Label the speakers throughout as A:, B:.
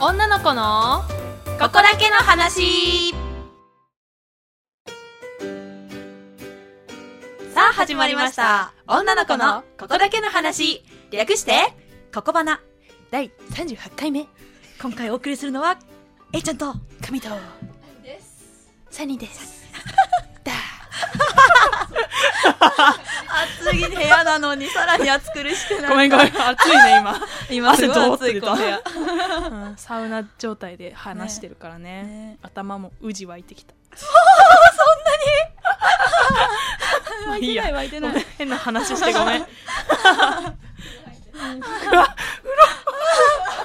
A: 女の子の
B: ここだけの話さあ始まりました女の子のここだけの話略してここばな第38回目今回お送りするのはえいちゃんと神とサニー です暑い部屋なのにさらに暑苦しくな
A: ごめんごめん暑いね今
B: 今すごい
A: 汗どーって
B: 暑いこの部屋、
A: うんサウナ状態で話してるからね
B: ね
A: 頭もうじ湧い てきたそんなに いいや
B: 湧いて
A: ごめん変な話してご めん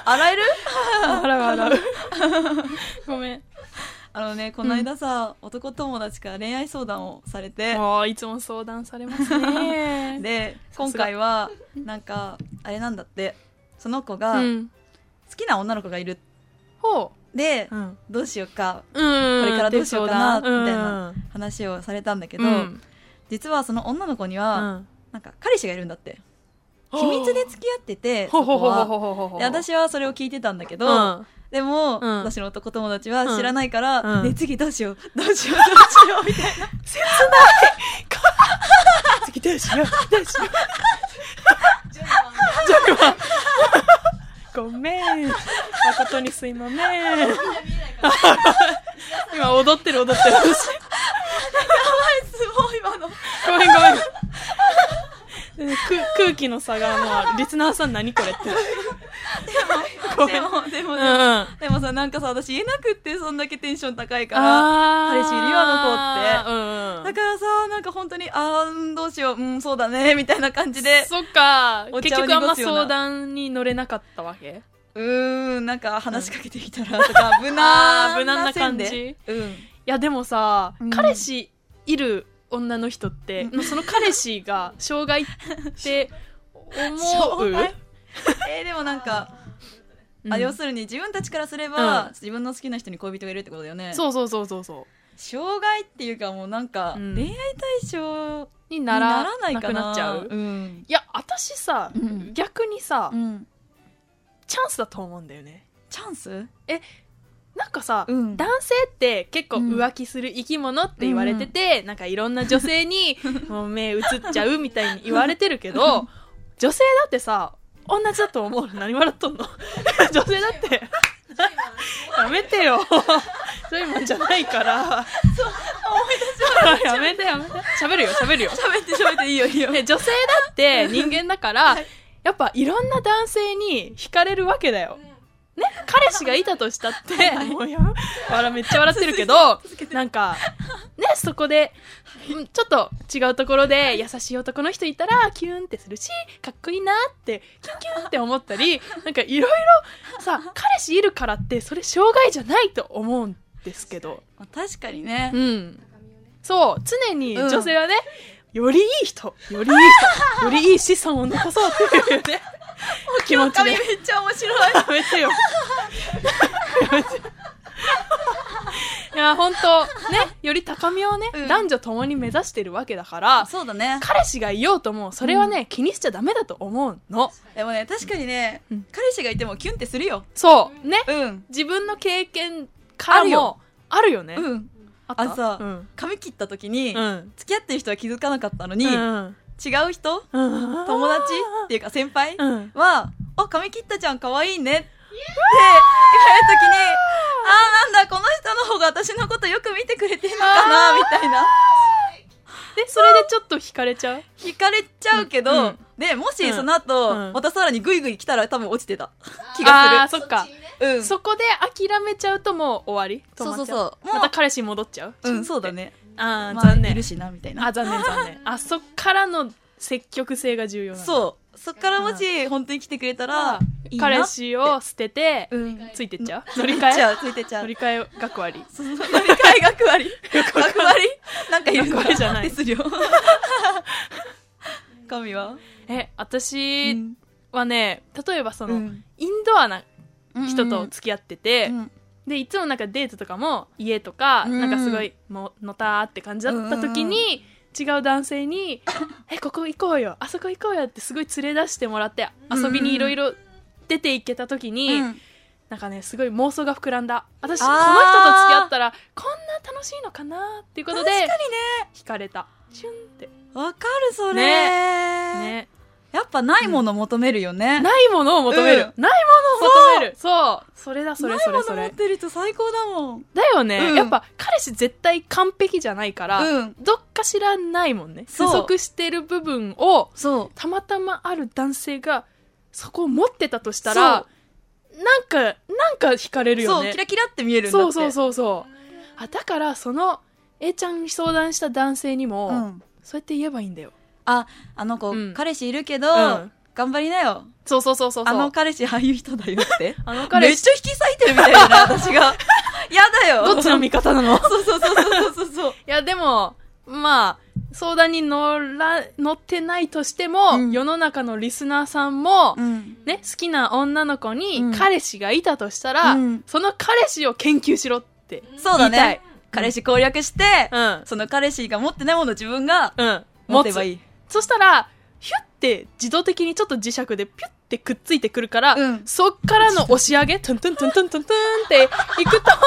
B: 洗える
A: 笑う笑う ごめん
B: あのねこの間さ、男友達から恋愛相談をされて
A: もういつも相談されます ね
B: で
A: さ
B: 今
A: すが
B: 回はなんかあれなんだってその子
A: う
B: が好
A: ん
B: きな女の子がいる
A: ほ
B: で
A: う、うん、
B: どうしようか
A: これ
B: れからどうしようかなみたいな話をされたんだけ
A: け
B: ど、実はその女の子には、なんか彼氏がいるんだって
A: うん
B: 秘密で付き合ってて
A: ほう
B: そ
A: ほ
B: こ
A: うほうほう
B: は
A: ほうほうほう
B: で私はそれを聞いてたんだけど、
A: うん
B: でも、
A: うん
B: 私の男友達は知らないから、
A: うん
B: ね次どうしようどうしようどうしようみたいな
A: 次どうしようどうしようごめん誠にすいまめん今踊ってる踊ってる
B: すごい今の
A: ごめんごめんく空気の差がもうリスナーさん何これってごめん
B: でもでも、
A: うんうん
B: でもさなんかさ私言えなくってそんだけテンション高いから
A: あ
B: 彼氏いるよあ
A: の子
B: だからさなんか本当にあーうんどうしよううんそうだねみたいな感じで
A: そっか
B: お
A: 結
B: 茶を
A: 局あんま
B: 濁すような
A: 相談に乗れなかったわけ
B: うーんなんか話しかけてきたらと か無難
A: あー無難な感じ
B: 線でうん
A: いやでもさ、
B: うん
A: 彼氏いる女の人って、その彼氏が障害 って思う
B: 障害えーでもなんか
A: うん
B: あ要するに自分たちからすれば、
A: うん
B: 自分の好きな人に恋人がいるってことだよね
A: そうそうそうそうそ
B: 障害っていうかもうなんか、
A: うん
B: 恋愛対象に
A: うにな
B: な
A: ら
B: らないかな
A: くなっちゃう、
B: う
A: い
B: ん、
A: や私さ、
B: うん
A: 逆にさ、
B: うん、
A: チャンスだと思うんだよね
B: チャンス
A: なんかさ、
B: うん
A: 男性って結構浮気する生き物って言われてて、なんかいろんな女性に もう目移っちゃうみたいに言われてるけど女性だってさ同じだと思う何笑っとんの 女性だ ってやめてよそういうもんじゃないから思い出やめてやめて喋るよ喋るよ
B: 喋って喋っていいよいいよ
A: ね女性だって人間だから、やっぱいろんな男性に惹かれるわけだよ。ね、彼氏がいたとしたって、もうやば笑めっちゃ笑ってるけど、なんか、ね、そこで、うんちょっと違うところで優しい男の人いたら、キュンってするし、かっこいいなって、キュンキュンって思ったり、なんかいろいろ、さ、彼氏いるからって、それ障害じゃないと思うんですけど。
B: まあ確かにね
A: うん。そう、常に
B: うん
A: 女性はね、よりいい人、よりいい 人、よりいい資産を残そうっていうね、 気持ち
B: 髪
A: で。
B: め
A: や
B: っちゃ面白い
A: めて よ。やめて。いや、本当ね、より高みをね、
B: うん
A: 男女ともに目指してるわけだから、
B: そうだね
A: 彼氏がいようとも、それはね、気にしちゃダメだと思うの。
B: でもね確かにね、
A: うん
B: 彼氏がいてもキュンってするよ
A: そう、ね、
B: うん
A: 自分の経験からも、あるよね。
B: うん
A: あった
B: あさ
A: うん。
B: 髪切った時に、
A: うん。
B: 付き合ってる人は気づかなかったのに、違
A: うん
B: う人
A: うん
B: 友達っていうか先輩
A: うん。
B: は「あ髪切ったちゃん可愛いね」って言われた時に「あーなんだこの人の方が私のことよく見てくれてるのかな」みたいな
A: で、それでちょっと惹かれちゃう
B: 惹かれちゃうけど、
A: うんうん
B: でもし
A: うん
B: その後、
A: うん
B: またさらにグイグイ来たら多分落ちてた気
A: あ
B: が
A: あ、そっか。
B: するうん
A: そこで諦めちゃうともう終わり
B: そうそう
A: 止まっちゃ
B: そうもう
A: また彼氏に戻っちゃう
B: うんそうだ。ね
A: あ
B: ま
A: あ、
B: あ
A: 残
B: い
A: 念
B: る。しなみたいな
A: あ、残念、残念。あそっからの積極性が重要なの
B: そうそっからもし本当に来てくれたら、いいな
A: 彼氏を捨てて、
B: うん
A: ついてっ
B: つ
A: ちゃう乗
B: 乗
A: り
B: り換
A: 換
B: えち
A: え
B: ゃうついてちゃ
A: 乗
B: う
A: り換え学割。
B: そうそう乗り換え学 割学割なんかいる
A: 学割じゃない
B: ですよ 神は
A: え、
B: う
A: 私
B: ん
A: はね、例えばそ
B: うん
A: の、インドアな
B: うん
A: 人と付き合ってて、でいつもなんかデートとかも家とか、
B: うん
A: なんかすごいもうのたーって感じだった時に、違う男性に「えここ行こうよあそこ行こうよ」ってすごい連れ出してもらって
B: うん
A: 遊びにいろいろ出て行けた時に、
B: うん
A: なんかねすごい妄想が膨らんだ私
B: あ
A: こ
B: ー
A: の人と付き合ったらこんな楽しいのかなっていうことで
B: 確か
A: 惹かれたシュンって
B: わかるそれ、
A: ね
B: やっぱないもの求めるよね、
A: ないものを求める、ないものを求めるそうそれだそれそれそ
B: 持っ
A: れ
B: てる人最高だもん
A: だよね、
B: うん
A: やっぱ彼氏絶対完璧じゃないから、
B: うん
A: どっかしらないもんね
B: そ
A: 不
B: う
A: 足してる部分を
B: そう
A: たまたまある男性がそこを持ってたとした
B: そ
A: らなんかなんか惹かれるよ
B: そう
A: ね
B: キラキラって見えるんだって
A: そうそうそうそうあだからその A ちゃんに相談した男性にも、
B: うん
A: そうやって言えばいいんだよ、
B: ああの子、
A: うん
B: 彼氏いるけど、
A: うん
B: 頑張りなよ
A: そうそうそうそうそう
B: あの彼氏ああいう人だよって
A: あの
B: めっ
A: 彼氏
B: ちゃ引き裂いてるみたいだな私 がやだよ
A: どっちの味方な の
B: そうそうそうそうそう そう
A: いやでもまあ相談に乗ら乗ってないとしても、
B: うん
A: 世の中のリスナーさんも、
B: うん
A: ね、好きな女の子
B: うん
A: に彼氏がいたとしたら、
B: うん
A: その彼氏を研究しろって
B: そうだ
A: 言いたい
B: ね。彼氏攻略して、
A: うん。
B: その彼氏が持ってないものを自分が
A: うん。
B: 持てばい
A: い。
B: い。
A: そしたら、ヒュって自動的にちょっと磁石でピュってくっついてくるから、
B: うん
A: そっからの押し上げ、トゥントゥントゥントゥントゥントゥンっていくと、ト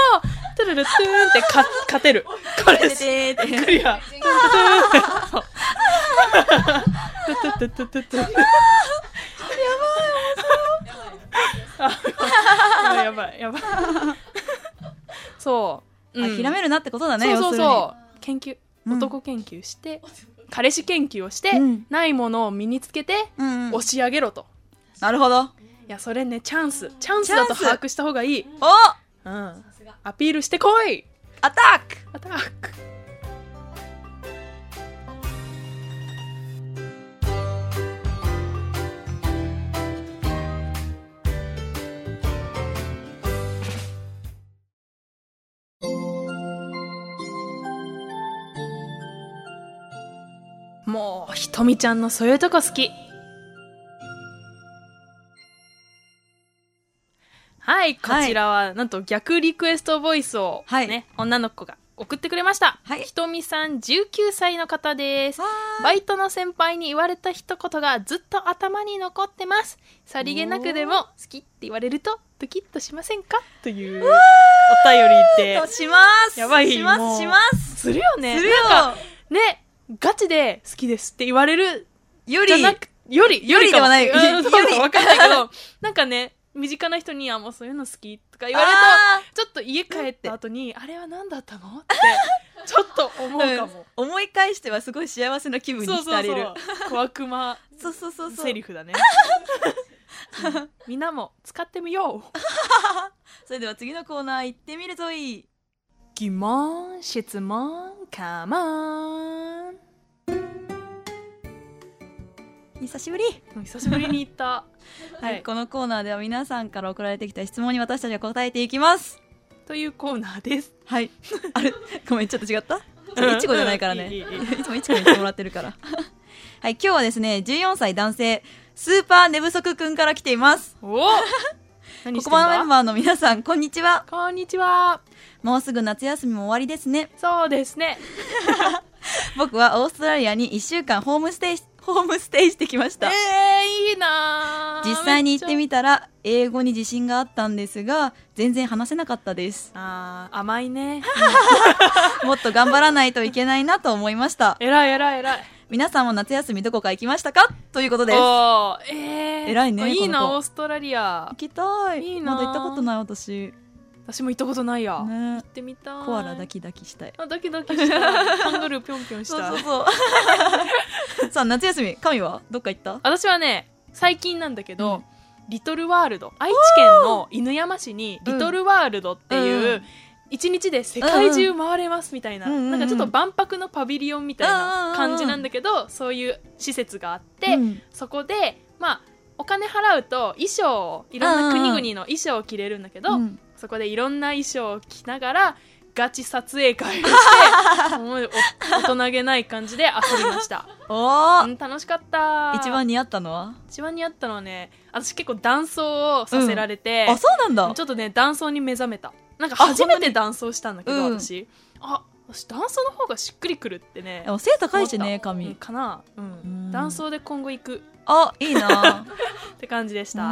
A: ゥルルトゥーンってか勝てる。これ
B: て
A: です。
B: てーって
A: クリア。トゥントゥントゥンそう。トゥトゥトゥトゥトゥやばい、やばい。やばい、やばい。そう。 うん
B: 諦めるなってことだね、
A: そうそう
B: 要
A: そう研究
B: うん
A: 男研究して、彼氏研究をして、
B: うん
A: ないものを身につけて、
B: するに。うんうん
A: 押し上げろと
B: なるほど。
A: いやそれねチャンスチャンスだと
B: チャンス
A: 把握した方がいい、
B: お
A: うん、アピールしてこい
B: アタック
A: アタックもうひとみちゃんのそういうとこ好きはいこちらは、なんと逆リクエストボイスを、ね
B: はい
A: 女の子が送ってくれました、
B: はい
A: ひとみさん19歳の方です
B: わー
A: バイトの先輩に言われた一言がずっと頭に残ってますさりげなくでも好きって言われるとドキッとしませんかというお便りで
B: とします
A: やばい
B: しま
A: もう
B: すします
A: するよね
B: するよ
A: なんかねガチで好きですって言われる
B: よ
A: じゃ
B: り、
A: なくより
B: よりではない
A: かもうんそう
B: より
A: かわかんないけどなんかね身近な人に「あもうそういうの好き」とか言われると
B: あ
A: ちょっと家帰った後に、あれは何だったのって、ちょっと思うか
B: ー
A: も。
B: 思い返してはすごい幸せな気分に
A: そう
B: 浸
A: そう
B: れ
A: そ
B: る
A: う。小悪魔
B: そうそうそうそう
A: セリフだね。うんみんなも使ってみよう。
B: それでは次のコーナー行ってみるぞい
A: 疑問、質問、カモン。
B: 久しぶり
A: 久しぶりに行った。
B: は、
A: はいい
B: このコーナーでは皆さんから送られてきた質問に私たちが答えていきます
A: というコーナーです。
B: はい。 あれ、ごめん、ちょっと違ったそれいちごじゃないからね。
A: うんいいいいいい
B: いつもいちごにしてもらってるから。 はい、今日はですね、14歳男性、スーパー寝不足くんから来ています。
A: お何
B: こ
A: して
B: こ
A: んだ
B: まメンバーの皆さん、こんにちは。
A: こんにちは。
B: もうすぐ夏休みも終わりですね。
A: そうですね。
B: 僕はオーストラリアに1週間ホームステイし、ホームステイしてきまし
A: え
B: た。
A: ー、いいなー
B: 実際に行って
A: めち
B: みたら、英語に自信があったんですが、全然話せなかったです。
A: ゃあー甘いね。
B: もっと頑張らないといけないなと思いました。
A: えらいえらいえらい。
B: 皆さんも夏休みどこか行きましたかということです。
A: おーえー、
B: 偉いね
A: いい
B: この
A: な
B: 子
A: オーストラリア
B: 行きたい
A: いいな
B: ま
A: あ
B: だ行ったことない私
A: 私も行ったことないや、行
B: ね
A: ってみたい
B: コアラ抱き抱きしたい
A: あドキドキしたハングルーぴょんぴょんした
B: そうそうそう さあ夏休み神はどっか行った
A: 私はね最近なんだけど、
B: うん
A: リトルワールド愛知県の犬山市に
B: うん
A: リトルワールドっていう、
B: うん
A: 一日で世界中回れますみたいな、
B: うんうんうん
A: なんかちょっと万博のパビリオンみたいな感じなんだけど、そういう施設があって、
B: うん
A: そこでまあお金払うと衣装をいろんな国々の衣装を着れるんだけど、
B: うん
A: そこでいろんな衣装を着ながらガチ撮影会をしてもうお大人げない感じで遊びました、
B: お
A: う
B: ー
A: ん、楽しかった
B: 一番似合ったのは
A: 一番似合ったのはね私結構断層をさせられて、
B: あそうなんだ
A: ちょっとね断層に目覚めたなんか
B: あ
A: 初めて断層したんだけど
B: ほんまに
A: 私あ私断層の方がしっくりくるってね
B: でも背高いしね
A: うん
B: 神
A: かなう
B: うんん
A: 断層で今後行く
B: あいいな
A: って感じでした
B: う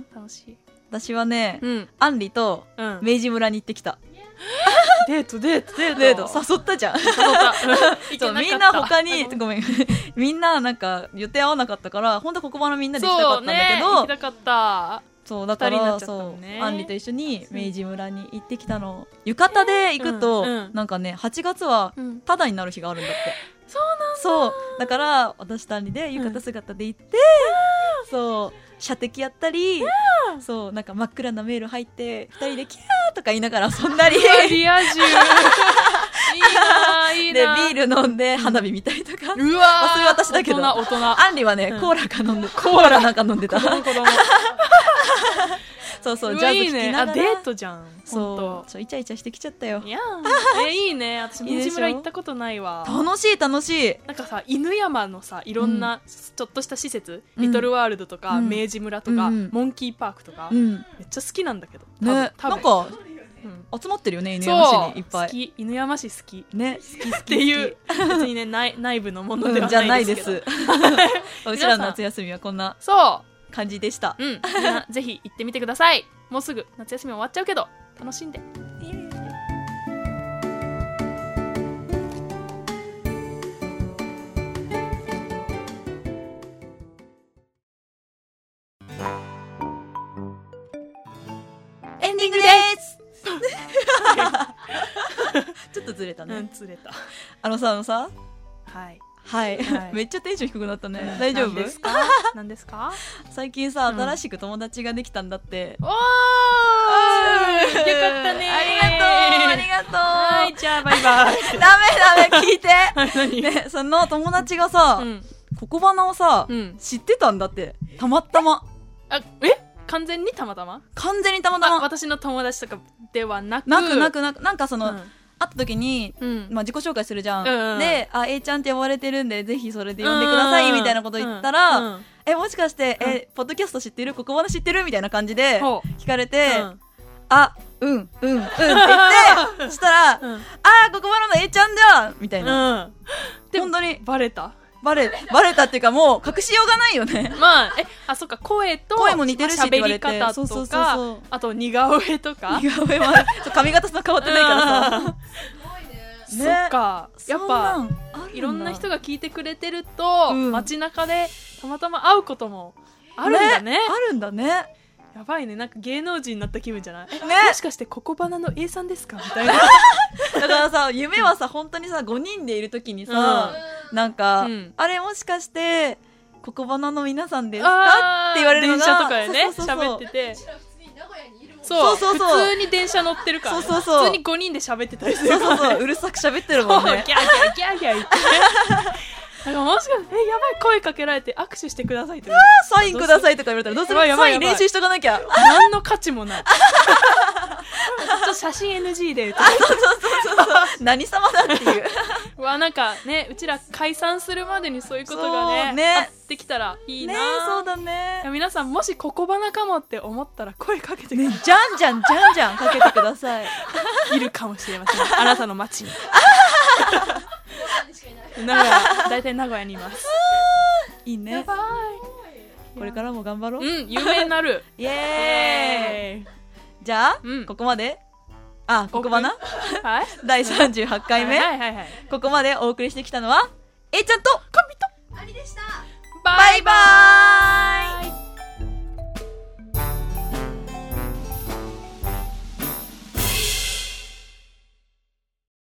B: ん
A: 楽しい
B: 私はね、
A: うん。
B: アンリと
A: うん。
B: 明治村に行ってきた。
A: デート、デート、デート。
B: デート、誘ったじゃん。そう みんな他に、ごめん。 みんななんか予定合わなかったから、本当ここばのみんなで行きたかっ
A: そう
B: たんだ
A: ね
B: け
A: 行
B: ど、
A: きたかった
B: そうだか
A: 二人に
B: ら、
A: なっちゃった
B: そ
A: もんね
B: うアンリと一緒に明治村に行ってきたの浴衣で行くと、
A: うんうん
B: なんかね8月は
A: うん
B: タダになる日があるんだって
A: そう
B: なんだそうだから私とアンリで浴衣姿で行って、そう射的やったり、そうなんか真っ暗なメール入って二人でキャーとか言いながら遊んだりで
A: リア充いいないい
B: ビ
A: な
B: ール飲んで花火見たりとか、
A: うわー
B: あそれ私だけど
A: 大人大人
B: アンリはね、
A: うん
B: コーラか飲んでコーラなんか飲んでた
A: 子供子供
B: そう そう
A: う
B: ジャ
A: わ
B: ズ
A: い
B: 聴
A: い
B: き
A: ね
B: なが
A: あ
B: ら
A: デートじゃん
B: そ
A: そう
B: ちょイチャイチャしてきちゃったよ
A: ういやーえいいね私
B: いいでしょ
A: 明治村行ったことないわ
B: 楽しい楽しい
A: なんかさ犬山のさいろんなちょっとした施設、
B: うん
A: リトルワールドとか、
B: うん
A: 明治村とか、
B: うん
A: モンキーパークとか、
B: うん
A: めっちゃ好きなんだけど多分
B: ね
A: 多
B: な
A: 分
B: んか
A: うん
B: 集まってるよね犬山市
A: そう
B: にいっぱ
A: 好
B: い
A: き犬山市好き
B: ね好き好き
A: っていう別にね内内部のもので
B: う
A: は
B: んじゃ
A: な
B: ないい
A: で
B: です
A: けど、
B: す うちらの夏休みはこんな
A: そ
B: 感じでした
A: ううんみんなぜひ行ってみてくださいもうすぐ夏休み終わっちゃうけど楽しんで
B: エンディング ですちょっとずれた
A: う
B: ね
A: ん釣れた
B: あのさあのさ
A: はい
B: はい
A: はい
B: めっちゃテンション低くなったね大丈
A: 何
B: 夫
A: ですか何ですか
B: 最近さ
A: うん
B: 新しく友達ができたんだって
A: おーよ
B: うん
A: かったね
B: ありがとうあ
A: は
B: り
A: いじゃあバイバイ
B: がとうダメダメ聞 いて
A: 何
B: ねその友達がさ
A: うん
B: ここばなをさ
A: うん
B: 知ってたんだってたまたま
A: あえ完全にたまたま
B: 完全にたまた
A: あ
B: ま
A: 私の友達とかではなく
B: なくな
A: く
B: くなくなんかその、会った時に、
A: うん
B: まあ、自己紹介するじゃん、
A: うんうん
B: で「あ A ちゃんって呼ばれてるんでぜひそれで呼んでください」みたいなこと言ったら「
A: うんうん
B: えもしかして、えポッドキャスト知ってるここまで知ってる?」みたいな感じで
A: ほう
B: 聞かれて「
A: うん
B: あうんうんうん」 って言ってそしたら「
A: うん
B: あーここまでの A ちゃんじゃん」みたいな、
A: うんで
B: 本当に
A: バレた
B: バレバレたっていうかもう隠しようがないよね
A: まあえあそっか声と
B: 声も似てるしって言
A: 喋
B: われ
A: り
B: て
A: 方
B: そうそ
A: と
B: うそうそ
A: か
B: う
A: あと似顔絵とか
B: 似顔絵はそう髪型そんな変わってないからさ、
A: うんそっかやっ
B: そん
A: ぱ
B: なんあるだ
A: いろんな人が聞いてくれてると、
B: うん
A: 街中でたまたま会うこともあるんだね
B: あるんだね
A: やばいねなんか芸能人になった気分じゃない、え
B: ね
A: もしかしてここばなの A さんですかみたいな
B: だからさ夢はさ本当にさ5人でいる時にさ、なんか、
A: うん
B: あれもしかして「ここばなの皆さんですか?」
A: あー
B: って言われるのが
A: 電車とかでね
B: そうそうそう
A: 喋ってて
B: そ
A: そう
B: そ
A: うそうう
B: そう
A: 普通に電車乗ってるか
B: そ
A: ら、
B: うそうそう
A: 普通に5人で喋ってたりする
B: そう
A: から
B: そう
A: ね
B: そううるさく喋ってる もんね
A: ギャーギャーギャーギャー言ってなんかもしかしてえやばい声かけられて握手してくださいって言われ
B: サインくださいとか言われたらどうする
A: やばいやばい
B: サイン練習しとかな きゃ
A: て何の価値もないちょっと写真 NG でとか
B: 何様だっていう
A: うわなんかねうちら解散するまでにそういうこと
B: そ
A: が
B: う
A: ね
B: ね
A: あできたらいいな
B: ねそうだね
A: いや皆さんもしここばなかもって思ったら声かけてくだ
B: ねじゃんじゃんじゃんじゃんかけてくだ さい
A: さいいるかもしれませんあなたの街に名古屋大体名古屋にいます
B: いいね
A: ばい
B: これからも頑張ろう、
A: うん有名になる
B: イエーイ
A: イエーイ
B: じゃあ、
A: うん
B: ここまであここばな
A: はい
B: 第38回目、
A: はいはいはいはい
B: ここまでお送りしてきたのは A ちゃんと
A: バ
B: バ
A: イ
B: イ
A: バ
B: バーイ
A: イ